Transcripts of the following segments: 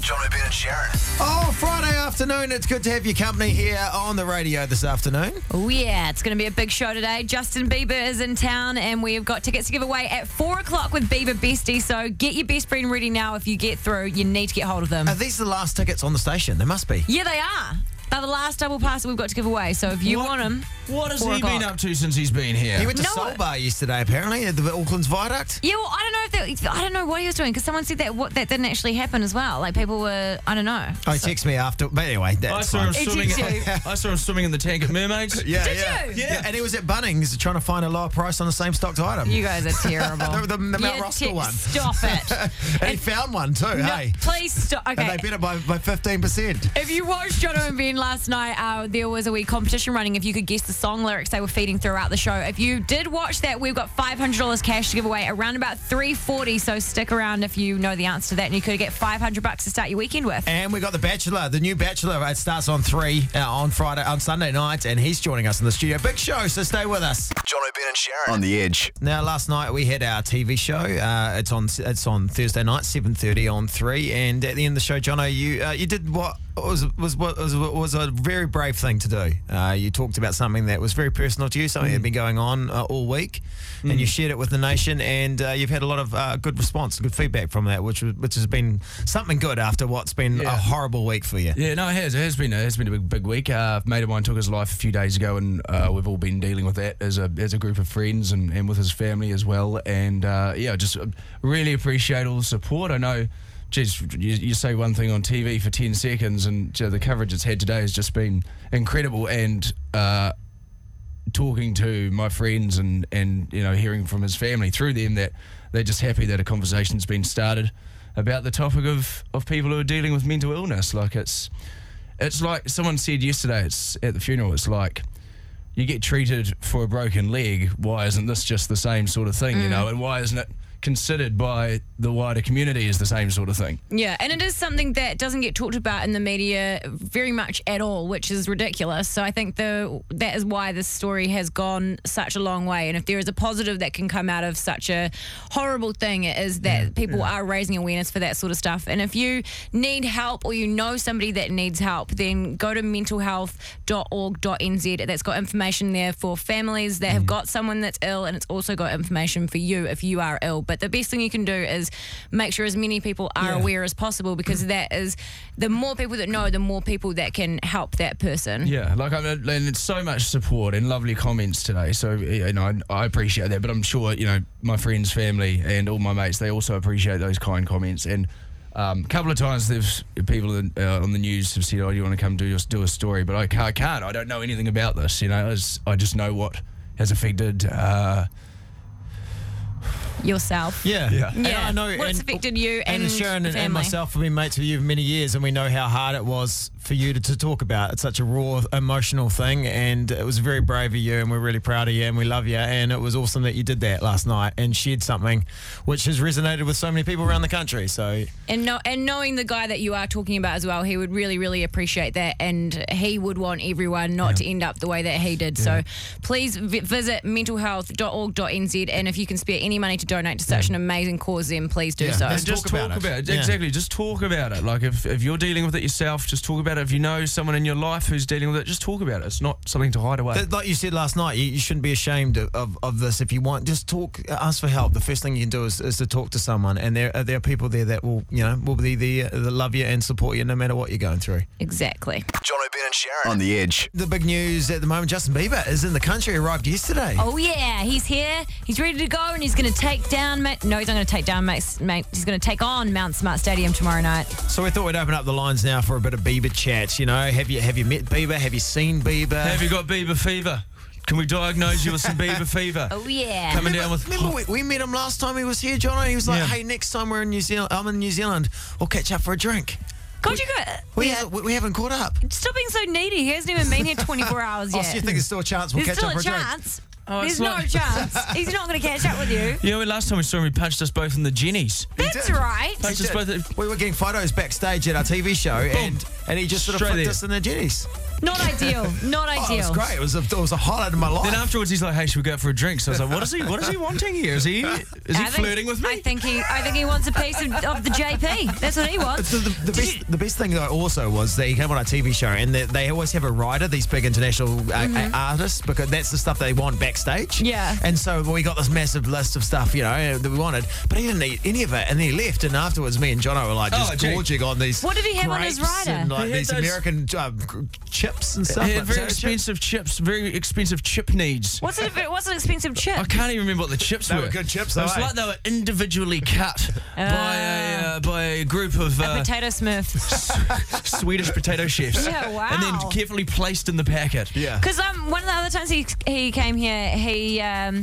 John O'Brien and Sharon. Oh, Friday afternoon. It's good to have your company here on the radio this afternoon. Oh, yeah, it's going to be a big show today. Justin Bieber is in town, and we've got tickets to give away at 4 o'clock with Bieber Bestie. So get your best friend ready now. If you get through, you need to get hold of them. Are these the last tickets on the station? They must be. Yeah, they are. They're the last double pass that we've got to give away. So if you What? want 'em, want them, What has Four he been o'clock. up to since he's been here? He went to No. Soul Bar yesterday, apparently, at the Auckland's Viaduct. yeah. Well, I don't know if that, I don't know what he was doing because someone said that what that didn't actually happen as well. Like people were, I don't know. Oh, he texted me after. But anyway, I that's saw him fine. It's swimming. you. I saw him swimming in the tank at Mermaids. Yeah, Did yeah. you? Yeah. and he was at Bunnings trying to find a lower price on the same stocked item. You guys are terrible. The- the- the Mount Yeah, Roskill one. Stop it. and he found one too, No, hey. please stop. Okay. And they beat it by, by 15%. If you watched Jono and Ben last night, uh, there was a wee competition running. If you could guess the song lyrics they were feeding throughout the show. If you did watch that, we've got five hundred dollars cash to give away around about three forty. So stick around if you know the answer to that, and you could get five hundred bucks to start your weekend with. And we got The Bachelor, the new Bachelor. It starts on 3 uh, on Friday, on Sunday night, and he's joining us in the studio. Big show, so stay with us. John O'Brien and Sharon. On the edge. Now, last night we had our TV show. Uh, it's on it's on Thursday night, seven thirty on three. And at the end of the show, Jono, you uh, you did what was was what was, was a very brave thing to do. Uh, you talked about something that was very personal to you, something that had been going on uh, all week, and you shared it with the nation. And uh, you've had a lot of uh, good response, good feedback from that, which was- which has been something good after what's been a Yeah. horrible week for you. Yeah, no, it has. It has been. It has been a big, big week. Uh, a mate of mine took his life a few days ago, and uh, we've all been dealing with that as a as a group of friends and, and with his family as well. And uh, yeah, just uh, really appreciate all the support. I know, geez, you, you say one thing on TV for ten seconds, and you know, the coverage it's had today has just been incredible. And uh, talking to my friends and and you know hearing from his family through them that they're just happy that a conversation's been started about the topic of of people who are dealing with mental illness like it's it's like someone said yesterday it's at the funeral it's like you get treated for a broken leg why isn't this just the same sort of thing you know and why isn't it considered by the wider community as the same sort of thing Yeah, and it is something that doesn't get talked about in the media very much at all, which is ridiculous. So I think the that is why this story has gone such a long way. And if there is a positive that can come out of such a horrible thing, it is that people are raising awareness for that sort of stuff. And if you need help or you know somebody that needs help, then go to mentalhealth.org.nz. That's got information there for families that have got someone that's ill, and it's also got information for you if you are ill. But the best thing you can do is make sure as many people are aware as possible because that is the more people that know, the more people that can help that person. Yeah, like I mean, and it's so much support and lovely comments today. So you know, I, I appreciate that. But I'm sure you know my friends, family, and all my mates they also appreciate those kind comments. And um, a couple of times, there's people in, uh, on the news have said, "Oh, do you want to come do your- do a story?" But I can't. I, can't. I don't know anything about this. You know, I just, I just know what has affected. Uh, Yourself. Yeah, Yeah. And Yeah. I know. What's and- affected you and, and, Sharon the and, and family. myself have been mates with you for many years, and we know how hard it was for you to, to talk about. It's such a raw, emotional thing, and it was very brave of you, and we're really proud of you, and we love you, and it was awesome that you did that last night and shared something which has resonated with so many people around the country. So And no, and knowing the guy that you are talking about as well, he would really, really appreciate that, and he would want everyone not to end up the way that he did. So, please vi- visit mentalhealth.org.nz, and if you can spare any money to donate to such an amazing cause, then please do Yeah. so. That's- just talk about it. Yeah. Exactly. Just talk about it. Like if, if you're dealing with it yourself, just talk about it. If you know someone in your life who's dealing with it, just talk about it. It's not something to hide away. Th- Like you said last night, you, you shouldn't be ashamed of, of, of this. If you want, just talk, ask for help. The first thing you can do is, is to talk to someone, and there are, there are people there that will, you know, will be there, that love you and support you no matter what you're going through. Exactly. John O'Brien and Sharon. On the edge. The big news at the moment: Justin Bieber is in the country. Arrived yesterday. Oh yeah, he's here. He's ready to go, and he's going to take down. Ma- no, he's not going to take down. Ma- Ma- he's going to take on Mount Smart Stadium tomorrow night. So we thought we'd open up the lines now for a bit of Bieber chat. You know, have you have you met Bieber? Have you seen Bieber? Have you got Bieber fever? Can we diagnose you with some Bieber fever? Oh yeah. Coming down with. Remember we, we met him last time he was here, John. He was like, Yeah. "Hey, next time we're in New Zealand, I'm in New Zealand. We'll catch up for a drink." God, you got. We ha- we, we haven't caught up. Stop being so needy. He hasn't even been here 24 hours Oh, yet. so you think there's still a chance we'll There's catch still up for a a drink? chance. Oh, it's There's no like- chance. He's not going to catch up with you. You know, when last time we saw him, he punched us both in the jennies. That's did. right. Punched us both. We were getting photos backstage at our TV show, and and he just sort of flipped Straight there. us in the jetties. Not ideal. Not Oh, it ideal. was great. It was a, it was a highlight of my life. Then afterwards, he's like, "Hey, should we go out for a drink?" So I was like, "What is he? What is he wanting here? Is he is he I think- flirting with me?" I think he, I think he wants a piece of, of the JP. That's what he wants. The, the, the, best, the best thing though also was they came on a TV show and they, they always have a writer, these big international uh, Mm-hmm. uh, artists, because that's the stuff they want backstage. Yeah. And so we got this massive list of stuff, you know, that we wanted, but he didn't eat any of it, and then he left. And afterwards, me and Jono were like just Oh, gee. gorging on these. What did he have on his grapes rider? And, like, He had these those- American uh, gr- chips and stuff. Yeah, like very potato chips. expensive chips. Very expensive chip needs. What's an, what's an expensive chip? I can't even remember what the chips They were. were good chips, It though, was eh? like they were individually cut by a uh, by a group of uh, Potato Smurf. Swedish potato chefs. Yeah, wow. And then carefully placed in the packet. Yeah. Because um, one of the other times he he came here, he um,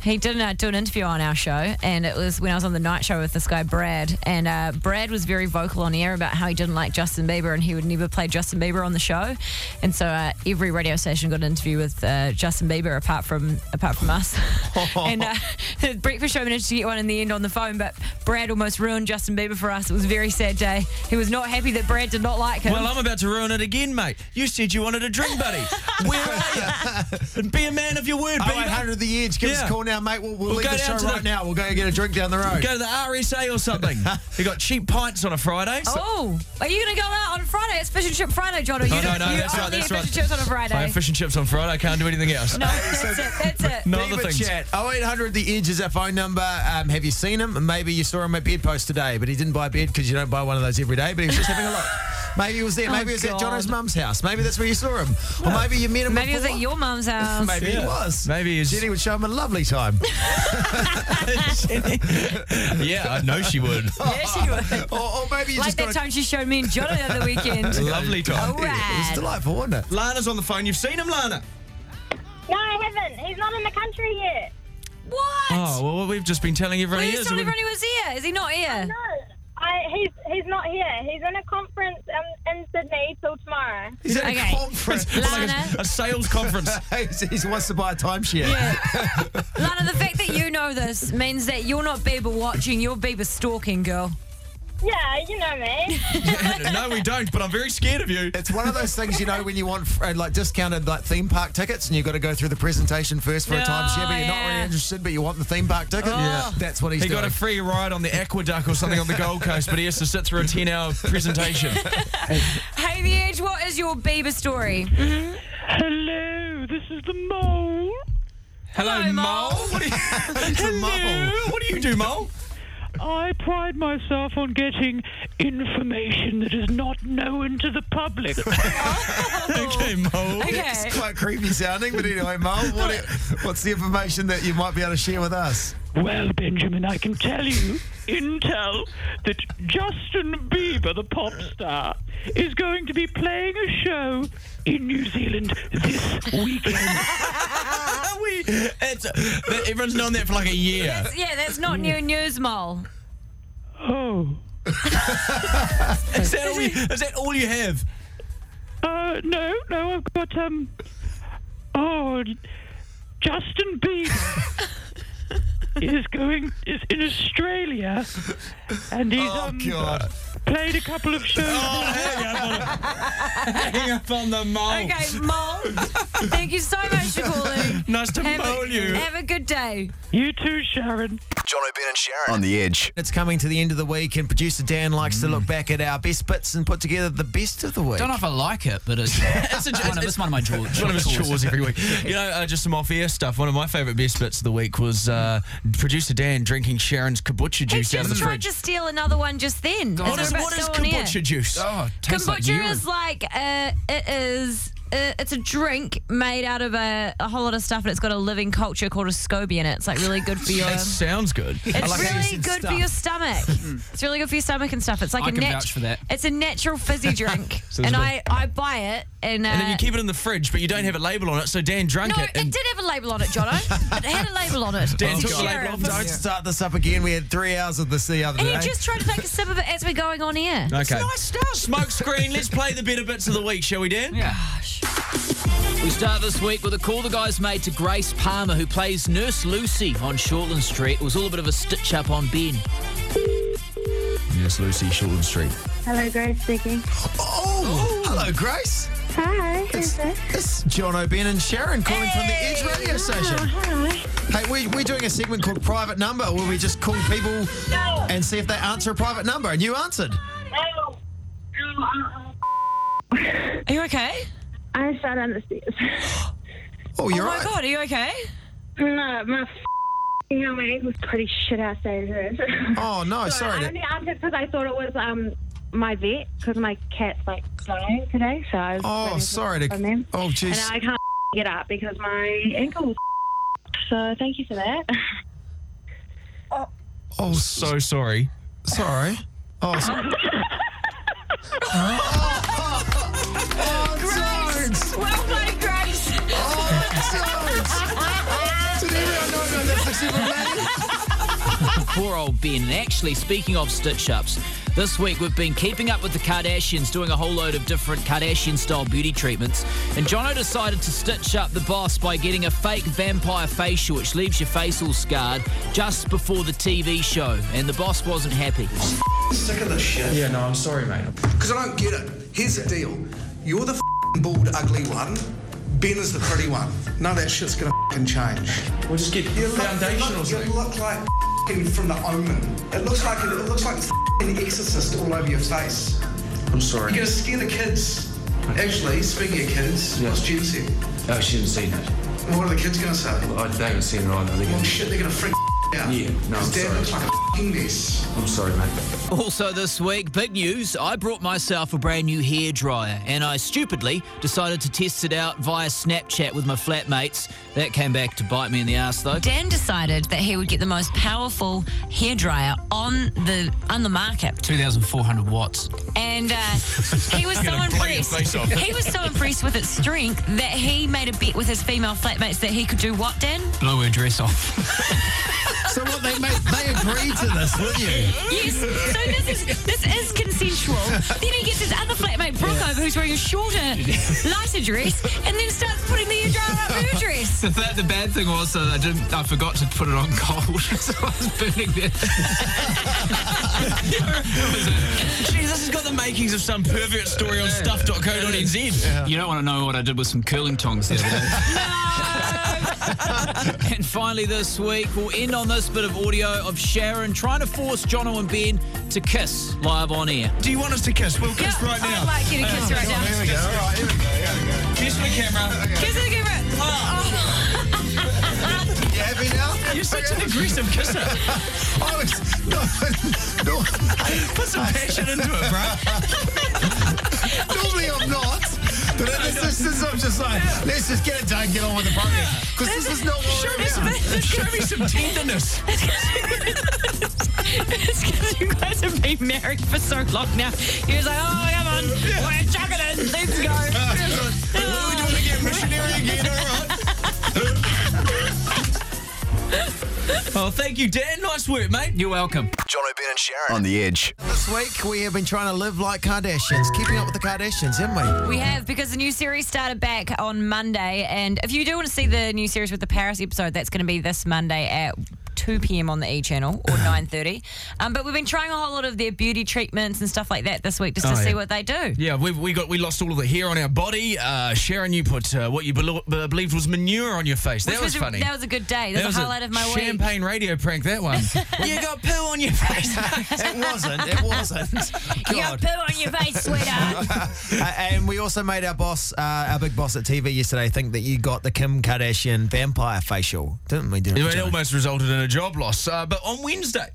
he did uh, do an interview on our show, and it was when I was on the night show with this guy Brad, and uh, Brad was very vocal on air about how he didn't like Justin Bieber and he would never play Justin Bieber on the show, and so uh, every radio station got an interview with uh, Justin Bieber apart from apart from us, and uh, the breakfast show managed to get one in the end on the phone, but Brad almost ruined Justin Bieber for us. It was a very sad day. He was not happy that Brad did not like him. Well, I'm about to ruin it again, mate. You said you wanted a drink, buddy. Where are you? And be a man of your word, baby. 0800 The Edge. Give us Yeah. a call now, mate. We'll, we'll, We'll leave go the show down to right the- now. We'll go get a drink down the road. Go to the RSA or something. you got cheap pints on a Friday. So Oh, are you going to go out on Friday? It's fish and chip Friday, John. Or you No, no, don't- no, you that's only right, that's eat fish and right. chips on a Friday. I have fish and chips on Friday. I can't do anything else. no, that's it. That's it. No Leave other a things. chat. 0800 The Edge is our phone number. Um, have you seen him? Maybe you saw him at bedpost today, but he didn't buy a bed because you don't buy one of those every day, but he was just having a look. Maybe he was there. Maybe he was at Oh, God. Jono's mum's house. Maybe that's where you saw him. Or maybe you met him Maybe it was before. at your mum's house. Maybe Yeah. he was. Maybe he was- Jenny would show him a lovely time. yeah, I know she would. Yeah, she was. or, or maybe you Like just that got time she showed me and John the other weekend. Lovely time. Oh, a... It was rad. delightful, wasn't it? Lana's on the phone. You've seen him, Lana. No, I haven't. He's not in the country yet. What? Oh well, we've just been telling everyone Please he is. tell everyone he was here. Is he not here? No, I, he's he's not here. He's in a conference um, in Sydney till tomorrow. He's at Okay. a conference. Like Lana. a, a sales conference. He's- he wants to buy a timeshare. Lana, the fact that you know this means that you're not Bieber watching, you're Bieber stalking, girl. Yeah, you know me. no, we don't. But I'm very scared of you. It's one of those things, you know, when you want uh, like discounted like theme park tickets, and you've got to go through the presentation first for a No, timeshare, but you're not yeah. Oh. really interested, but you want the theme park ticket. Yeah. that's what he's He doing. got a free ride on the aqueduct or something on the Gold Coast, but he has to sit through a 10 hour presentation. Hey, The Edge, what is your Bieber story? Hello, this is the mole. Hello, Hello, Mole. Mole. What do you, Hello. Mole. What do you do, Mole? I pride myself on getting information that is not known to the public. Okay, Mole. Okay. Quite creepy sounding, but anyway, Mole, what what's the information that you might be able to share with us? well, Benjamin, I can tell you intel that Justin Bieber, the pop star, is going to be playing a show in New Zealand this weekend. we, it's, everyone's known that for like a year. Yeah, that's not new news, Mole. oh. Is that, all you, is that all you have? Uh, no, no, I've got, um. Oh, Justin Bieber is going, is in Australia, and he's, Oh um, God! played a couple of shows. Oh, hang up on, hang up on the Mole. Okay, Mole, thank you so much for calling. Nice to Have mole a, you. have a good day. You too, Sharon. Jono, Ben, and Sharon. On the edge. It's coming to the end of the week, and producer Dan likes Mm. to look back at our best bits and put together the best of the week. don't know if I like it, but it's, it's, a- one, of, it's- it's one of my jaws. It's one of his chores every week. You know, uh, just some off-air stuff. One of my favourite best bits of the week was uh, producer Dan drinking Sharon's kombucha He juice out of just the tried fridge. to steal another one just then. What is, We're about what to is go on air. kombucha juice? Oh, it tastes like Kombucha urine. is like uh, it is. Uh, it's a drink made out of a, a whole lot of stuff, and it's got a living culture called a SCOBY in it. It's like really good for your. That It's sounds good. like how you really said good for stuff. your stomach. it's really good for your stomach and stuff. It's like I a can nat- vouch for that. It's a natural fizzy drink, So there's and a I, I buy it, and, uh, And then you keep it in the fridge, but you don't have a label on it, so Dan drank no, it. it, And did have a label on it, Jono. it had a label on it. Dan It's took the label Sharon's. off it. Don't start this up again. We had three hours of this the other And day. you just tried to take a sip of it as we're going on air. Okay. nice stuff. Smoke screen. Let's play the better bits of the week, shall we, Dan? Yeah. We start this week with a call the guys made to Grace Palmer, who plays Nurse Lucy on Shortland Street. It was all a bit of a stitch up on Ben. Yes, Lucy Shortland Street. Hello, Grace speaking. oh, hello, Grace. Hi, who's It's, this? it's John O'Brien and Sharon calling Hey. from the Edge Radio Oh, Station. hi. Hey, we, we're doing a segment called Private Number where we just call people and see if they answer a private number, and you answered. Are you okay? I fell down the stairs. Oh, you're oh my right. god, are you okay? No, my f***ing homemade was pretty shit outside her. Oh, no, sorry. I only answered because I thought it was um my vet because my cat's like dying today, so I was oh, waiting for sorry. it from To, them. oh, and jeez. now I can't get up because my ankle. So thank you for that. Oh, so So sorry. sorry. Oh, sorry. oh, oh, Jones. Well played, Grace. Oh, Jones. Did everyone know about that successful lady? Poor old Ben. And actually, speaking of stitch ups, this week we've been keeping up with the Kardashians, doing a whole load of different Kardashian style beauty treatments. And Jono decided to stitch up the boss by getting a fake vampire facial, which leaves your face all scarred, just before the TV show. And the boss wasn't happy. Sick of this shit. Yeah, no, I'm sorry, mate. Because I don't get it. Here's the deal. You're the f***ing bald, ugly one. Ben is the pretty one. None of that shit's gonna f***ing change. We'll just get You look, foundational you look, you thing. look like f***ing from the Omen. It looks like it looks like an exorcist all over your face. I'm sorry. You're gonna scare the kids. Actually, speaking of kids, what's Jen said? No, she hasn't seen it. And What are the kids gonna say? I, they haven't seen it either. They're Oh gonna- shit, they're gonna freak out. Yeah, no, I'm 'Cause Dad sorry. looks like a f***ing mess. I'm sorry, mate. Also, this week, big news I brought myself a brand new hairdryer and I stupidly decided to test it out via Snapchat with my flatmates. That came back to bite me in the ass, though. Dan decided that he would get the most powerful hairdryer on the on the market. 2,400 watts. and uh, he was so impressed. He was so impressed with its strength that he made a bet with his female flatmates that he could do what, Dan? Blow her dress off. So what they made, they agreed to this, with you? Yes. So this is this is consensual. then he gets his other flatmate Brooke over, who's wearing a shorter, lighter dress, and then starts putting the hairdryer up her dress. The, the bad thing was that I didn't. I forgot to put it on cold, so I was burning it. Jeez, this has got the makings of some pervert story on stuff.co.nz. You don't want to know what I did with some curling tongs the other day. and finally, this week we'll end on this bit of audio of Sharon trying to force Jono and Ben to kiss live on air. Do you want us to kiss? We'll kiss right I'd now. like you to kiss right now. Here we go. All right, here we go. Kiss the camera. Kiss the camera. Oh. You happy now? You're such an aggressive kisser. I was, no, no, Put some passion into it, bro. normally I'm not. But at this instance, I'm just like, let's just get it done, get on with the program. Because this is not what we're about. Show me some tenderness. It's because you guys have been married for so long now. He was like, oh, come on. We're chucking it. Let's go. What are we doing again? Missionary again, all right. Oh, thank you, Dan. Nice work, mate. You're welcome. Jono, Ben, and Sharon on the Edge. This week, we have been trying to live like Kardashians, keeping up with the Kardashians, haven't we? We have because the new series started back on Monday, and if you do want to see the new series with the Paris episode, that's going to be this Monday at. 2 p.m. on the E channel or 9:30, um, but we've been trying a whole lot of their beauty treatments and stuff like that this week just to Oh, yeah. see what they do. Yeah, we, we got we lost all of the hair on our body. Uh, Sharon, you put uh, what you belo- uh, believed was manure on your face. That Which was, a, funny. That was a good day. That, was a highlight of my champagne week. radio prank. That one. you got poo on your face. It wasn't. It wasn't. You got God. poo on your face, sweetheart. Uh, and we also made our boss, uh, our big boss at TV yesterday, think that you got the Kim Kardashian vampire facial, didn't we? Didn't we, It Jono? almost resulted in a job loss. Uh, but on Wednesday,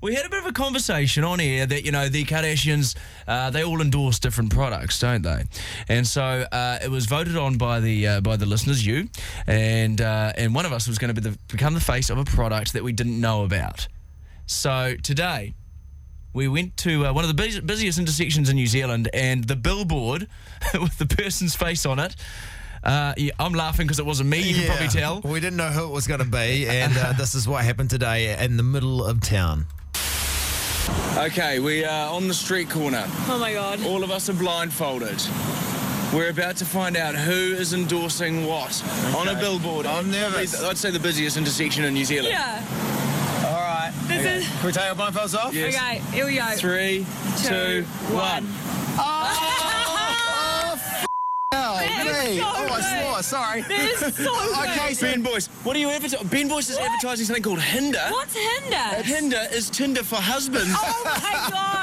we had a bit of a conversation on air that, you know, the Kardashians, uh, they all endorse different products, don't they? And so uh, it was voted on by the uh, by the listeners, you, and uh, and one of us was going to be the, become the face of a product that we didn't know about. So today, we went to uh, one of the bus- busiest intersections in New Zealand, and the billboard with the person's face on it. Uh, yeah, I'm laughing because it wasn't me. You can probably tell. We didn't know who it was going to be, and uh, this is what happened today in the middle of town. Okay, we are on the street corner. oh my god. All of us are blindfolded. We're about to find out who is endorsing what on a billboard. I'm nervous. I'd say the busiest intersection in New Zealand. Yeah. All right. This is Can we take our blindfolds off? Yes. okay. Here we go. Three, two, one. Oh. Oh, me. oh, I swore. Sorry. okay, so Ben Boyce, what are you advertising? Ben Boyce is advertising something called Hinder. What's Hinder? Hinder is Tinder for husbands. Oh my god!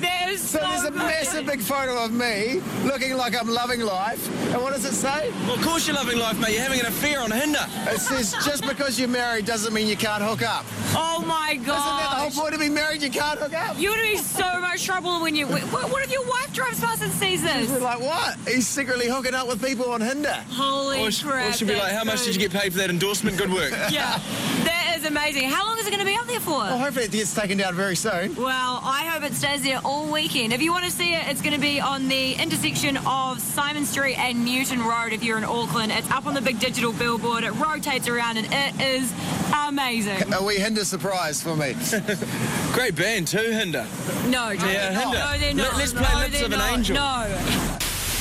That is So so, there's a good. massive big photo of me looking like I'm loving life. And what does it say? Well, of course you're loving life, mate. You're having an affair on Hinder. It says just because you're married doesn't mean you can't hook up. Oh my god! the whole point of being married? You can't hook up. You're gonna be in so much trouble when you. What, what if your wife drives past and sees this? Like what? He's secretly hooking up with people on Hinder. Holy or, crap, Or she'll be like, that's how much good." did you get paid for that endorsement? Good work. Yeah, that is amazing. How long is it going to be up there for? Well, hopefully it gets taken down very soon. Well, I hope it stays there all weekend. If you want to see it, it's going to be on the intersection of Simon Street and Newton Road if you're in Auckland. It's up on the big digital billboard. It rotates around and it is amazing. Are we Hinder surprise for me? Great band too, Hinder. No, Johnny, Yeah, no, Hinder. no, they're Let- not. let's no, play Lips they're of an not. Angel. No.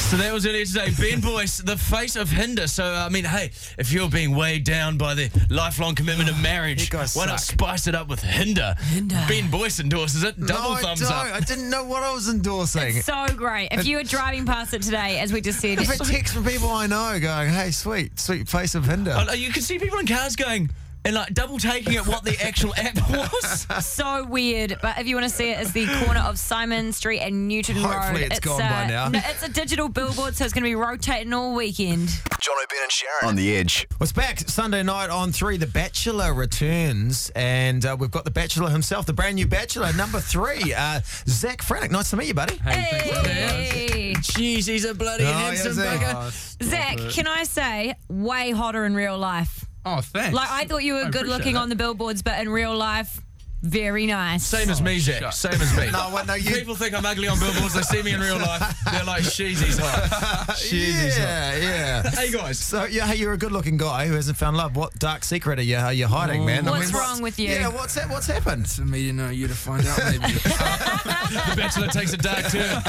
So that was earlier today. Ben Boyce, the face of Hinder. So, I mean, hey, if you're being weighed down by the lifelong commitment of marriage, why not spice it up with Hinder? Hinder. Ben Boyce endorses it. no, Double thumbs I don't. up. I didn't know what I was endorsing. So great. If you were driving past it today, as we just said, I've had texts from people I know going, hey, sweet, sweet face of Hinder. Oh, no, you can see people in cars going and like double taking at what the actual app was. so weird. But if you want to see it, it's the corner of Simon Street and Newton Road. Hopefully it's gone by a- now. no, it's a digital billboard, so it's going to be rotating all weekend. John O'Brien and Sharon on the edge. Well, it's back Sunday night on three. The Bachelor returns, and uh, we've got the Bachelor himself, the brand new Bachelor, number three, uh, Zach Franick. Nice to meet you, buddy. Hey. Jeez, he's a bloody Oh, handsome yes, eh? bugger. Oh, stop Zach, it. can I say, way hotter in real life. Oh, thanks. Like, I thought you were I good looking appreciate that. on the billboards, but in real life, very nice. Same as me, Zach. Same as me. No, what- no, you- People think I'm ugly on billboards. They see me in real life. They're like, she's he's hot. She's he's Yeah, hot. yeah. Hey, guys. So, yeah, hey, you're a good-looking guy who hasn't found love. What dark secret are you, are you hiding, man? I mean, Yeah, what's that? What's happened? It's for me to know you to find out. Maybe. the Bachelor takes a dark turn.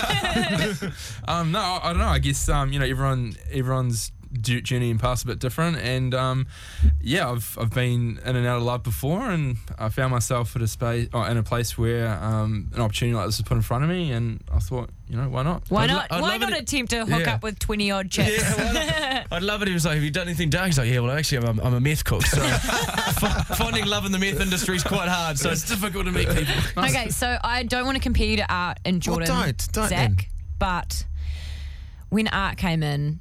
um, no, I I don't know. I guess um, you know everyone everyone's ju- journey and path's a bit different, and um, yeah, I've I've been in and out of love before, and I found myself at a space or in a place where um, an opportunity like this was put in front of me, and I thought, you know, why not? Why I'd lo- not? I'd why love not it- attempt to hook Yeah. up with twenty odd chicks? I'd love it. He was like, "Have you done anything dark?" He's like, "Yeah, well, actually, I'm a, I'm a meth cook, so f- finding love in the meth industry is quite hard. So it's difficult to meet people." okay, so I don't want to compare you to Art and Well, Jordan. don't, don't Zach, then. But when Art came in,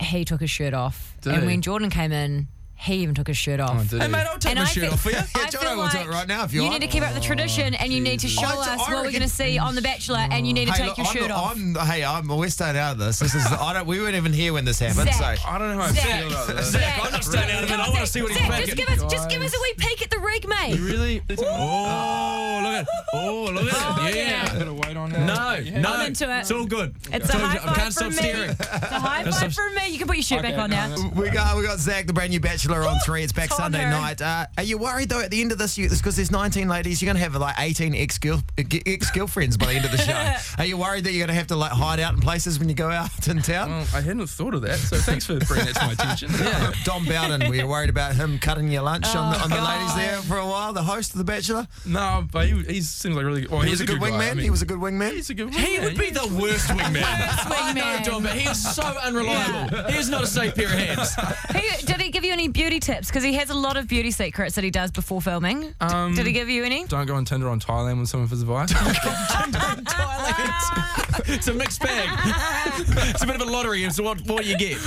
he took his shirt off, Did and he? when Jordan came in, he even took his shirt off. did Hey, he? mate, I'll take And my I shirt think- off for you. I Yeah, feel Jordan will do like it right now if you need want. Oh, to keep up the tradition, and you need to show I- I us what we're reckon- going to see on The Bachelor, and you need to Hey, take look, your I'm, shirt off. I'm, hey, I'm we're staying out of this. This is I don't. We weren't even here when this happened. Zach. So I don't know how I Zach. feel about this. Zach, I'm not staying out of it. I want to see what he's Zach, just making. give us, just give us a wee peek at the rig, mate. Really? Oh, look at Oh, look at it. Yeah. Bit of weight on it. No, no. I'm into it. It's all good. It's a all high good. I five can't from stop me. staring. It's a high That's five abs- from me. You can put your shirt back on now. We got we got Zach, the brand new Bachelor, on three. It's back Sunday her. night. Uh, are you worried though? At the end of this, because there's 19 ladies, you're gonna have like 18 ex ex girlfriends by the end of the show. are you worried that you're gonna have to like hide out in places when you go out in town? Well, I hadn't thought of that, so thanks for bringing that to my attention. Yeah. Don Bowden, were you worried about him cutting your lunch on the, on the ladies there for a while? The host of The Bachelor? No, but he, he seems like really. Well, he he's was a good, guy, I wingman. mean- he was a good wingman. He's a good He would be the worst wingman. I know Dom, but he is so unreliable. He is not a safe pair of hands. He- did he give you any beauty tips? Because he has a lot of beauty secrets that he does before filming. D- Um, did he give you any? Don't go on Tinder on Thailand with some of his advice. It's a mixed bag. it's a bit of a lottery as to what, what you get.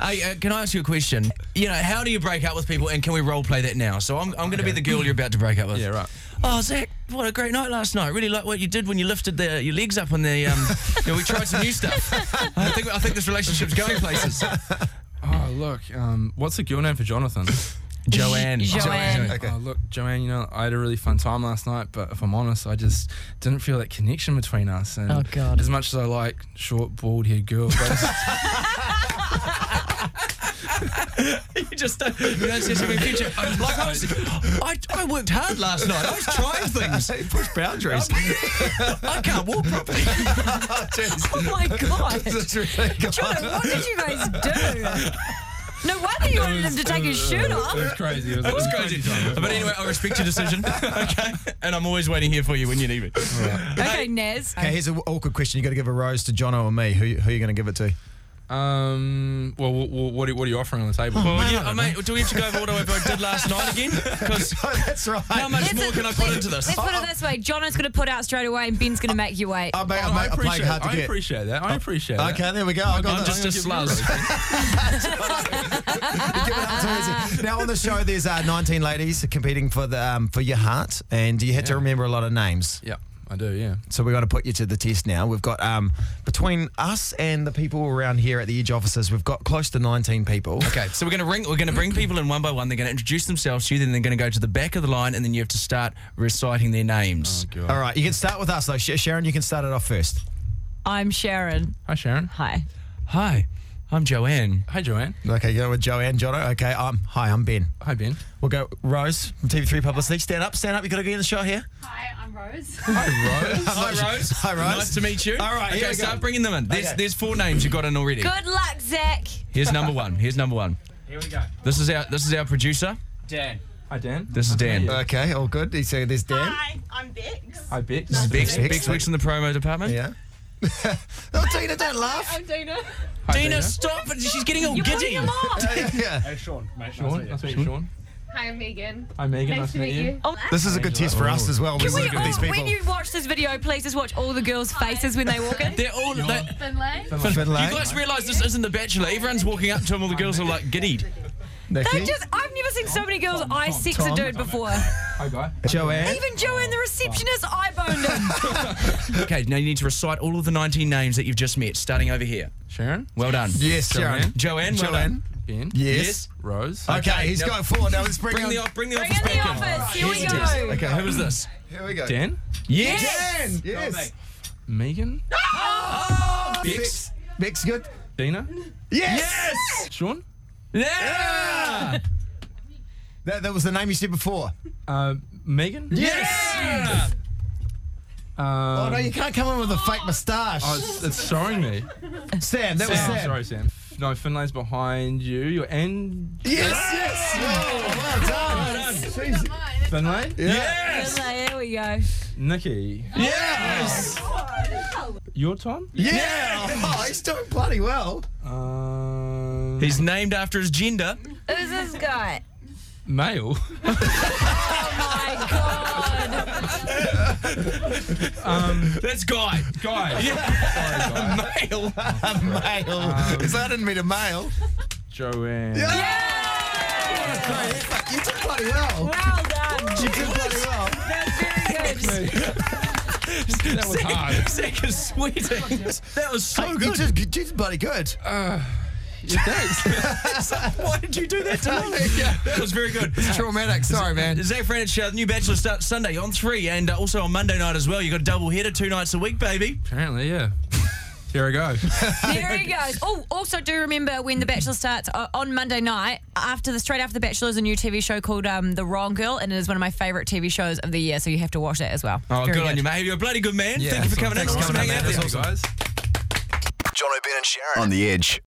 Hey, uh, can I ask you a question? You know, how do you break up with people and can we role play that now? So I'm, I'm going to be the girl you're about to break up with. Yeah, right. Oh, Zach, what a great night last night. Really like what you did when you lifted the, your legs up on the. Um, you know, we tried some new stuff. I think, I think this relationship's going places. oh, look. Um, what's the girl name for Jonathan? Joanne. Joanne. Okay. Oh, look, Joanne, you know, I had a really fun time last night, but if I'm honest, I just didn't feel that connection between us. And Oh, God. As much as I like short, bald haired girls, I just- you just don't, you don't see something future. Like I, was, I, I worked hard last night. I was trying things. Push boundaries. I can't walk properly. Oh my god! Jordan, what did you guys do? No wonder you wanted him to take his shirt off. crazy. It was crazy. But anyway, I respect your decision. okay. And I'm always waiting here for you when you need me. Okay, Naz. Okay, here's an awkward question. You got to give a rose to Jono or me. Who who are you going to give it to? Um. Well, wh- wh- what are, what are you offering on the table? Well, you- oh, mate, do we have to go over what I what I did last night again? Because that's right. How much more can I put into this? Let's put it this way: Jono's going to put out straight away, and Ben's going to make you wait. Oh, mate, I'm, I I'm playing appreciate, hard to I get. Oh. appreciate that. I appreciate that. Okay, there we go. I got I'm that. just a sluzz. Now on the show, there's uh, 19 ladies competing for the um, for your heart, and you had to remember a lot of names. Yeah, I do. Yeah. So we're going to put you to the test now. We've got um, between us and the people around here at the Edge offices, we've got close to 19 people. Okay, so we're gonna ring. We're gonna bring people in one by one. They're gonna introduce themselves to you. Then they're gonna go to the back of the line, and then you have to start reciting their names. All right, you can start with us though, Sh- Sharon. You can start it off first. I'm Sharon. Hi, Sharon. Hi. Hi, I'm Joanne. Hi, Joanne. Okay, you go with Joanne, Jono. Okay, um, hi, I'm Ben. Hi, Ben. We'll go Rose from TV3 Publicity. Stand up, stand up. You got to get in the shot here. Hi, I'm Rose. Hi, Rose. Hi, Rose. Nice to meet you. All right, okay, here we go. start bringing them in. There's, Okay. there's four names you got in already. Good luck, Zach. Here's number one. Here's number one. Here we go. This is our this is our producer. Dan. Hi, Dan. This is Dan. Okay, all good. So there's Dan. Hi, I'm Bex. Hi, Bex. This is Bex. Bex. Bex works in the promo department. Yeah. oh, Tina, don't laugh. I'm Dana. Dina, stop it. She's getting all You're putting giddy. him on. yeah. Sean. Sean. Nice to meet you, Sean. Hi, I'm Megan. Hi, Megan. Nice to meet you. Oh, This is a good test for us as well. Can We're we looking at all, these people. when you watch this video, please just watch all the girls' faces when they walk in. They're all. They, Finlay. Finlay. You guys realise this isn't The Bachelor. Everyone's walking up to him, all the girls are like giddied. They Nikki, just, I've never seen so many girls eye sex a dude before. Hi, guy. Joanne. Even Joanne, the receptionist, eye boned him. Okay, now you need to recite all of the 19 names that you've just met, starting over here. Sharon. Well done. Yes, Sharon. Joanne, well Joanne. done. Ben. Yes. Rose. Okay, he's now- going forward. Now let's bring, Bring on- the, bring the Bring office in the back office. Here we in. go. Okay, Who is this? Here we go. Dan. Yes. Dan. Yes. Megan. Bex. Bex, good. Dina. Yes. Sean. Yeah. That, that was the name you said before. Uh, Megan. Yes. Oh no, Um, you can't come in with a fake moustache. oh, it's, it's showing me. Sam, that was Sam. Sam. Sorry, Sam. No, Finlay's behind you. You're and Yes, yes. Well, well done. Jeez. Finlay. Yes. There we go. Nikki. Yes. Your Tom. Yeah. Oh, he's doing bloody well. Um, He's named after his gender. Who's this guy? male. Oh My God. Um, That's Guy. guy. Sorry, guy. Male. A male. It's- I didn't mean a male. Um, Joanne. You did bloody well. Well done. You did bloody well. That's very good. That was hard. Zach is sweating. That was so Hey, good. You did, you did bloody good. Yeah, thanks. Why did you do that to me? That was very good. Traumatic. Sorry, man. Zach Franich, uh, the new Bachelor starts Sunday on three, and uh, also on Monday night as well. You got a double header, two nights a week, baby. Apparently, yeah. Here I go. There he goes. Oh, also do remember when The Bachelor starts uh, on Monday night. After the straight after The Bachelor is a new TV show called um, The Wrong Girl, and it is one of my favourite TV shows of the year. So you have to watch that as well. Oh, Very good, on you, mate. You're a bloody good man. Thank you for coming in. Thanks for Awesome coming in, hanging out man. with you. That's awesome. guys. John O'Brien and Sharon on the edge.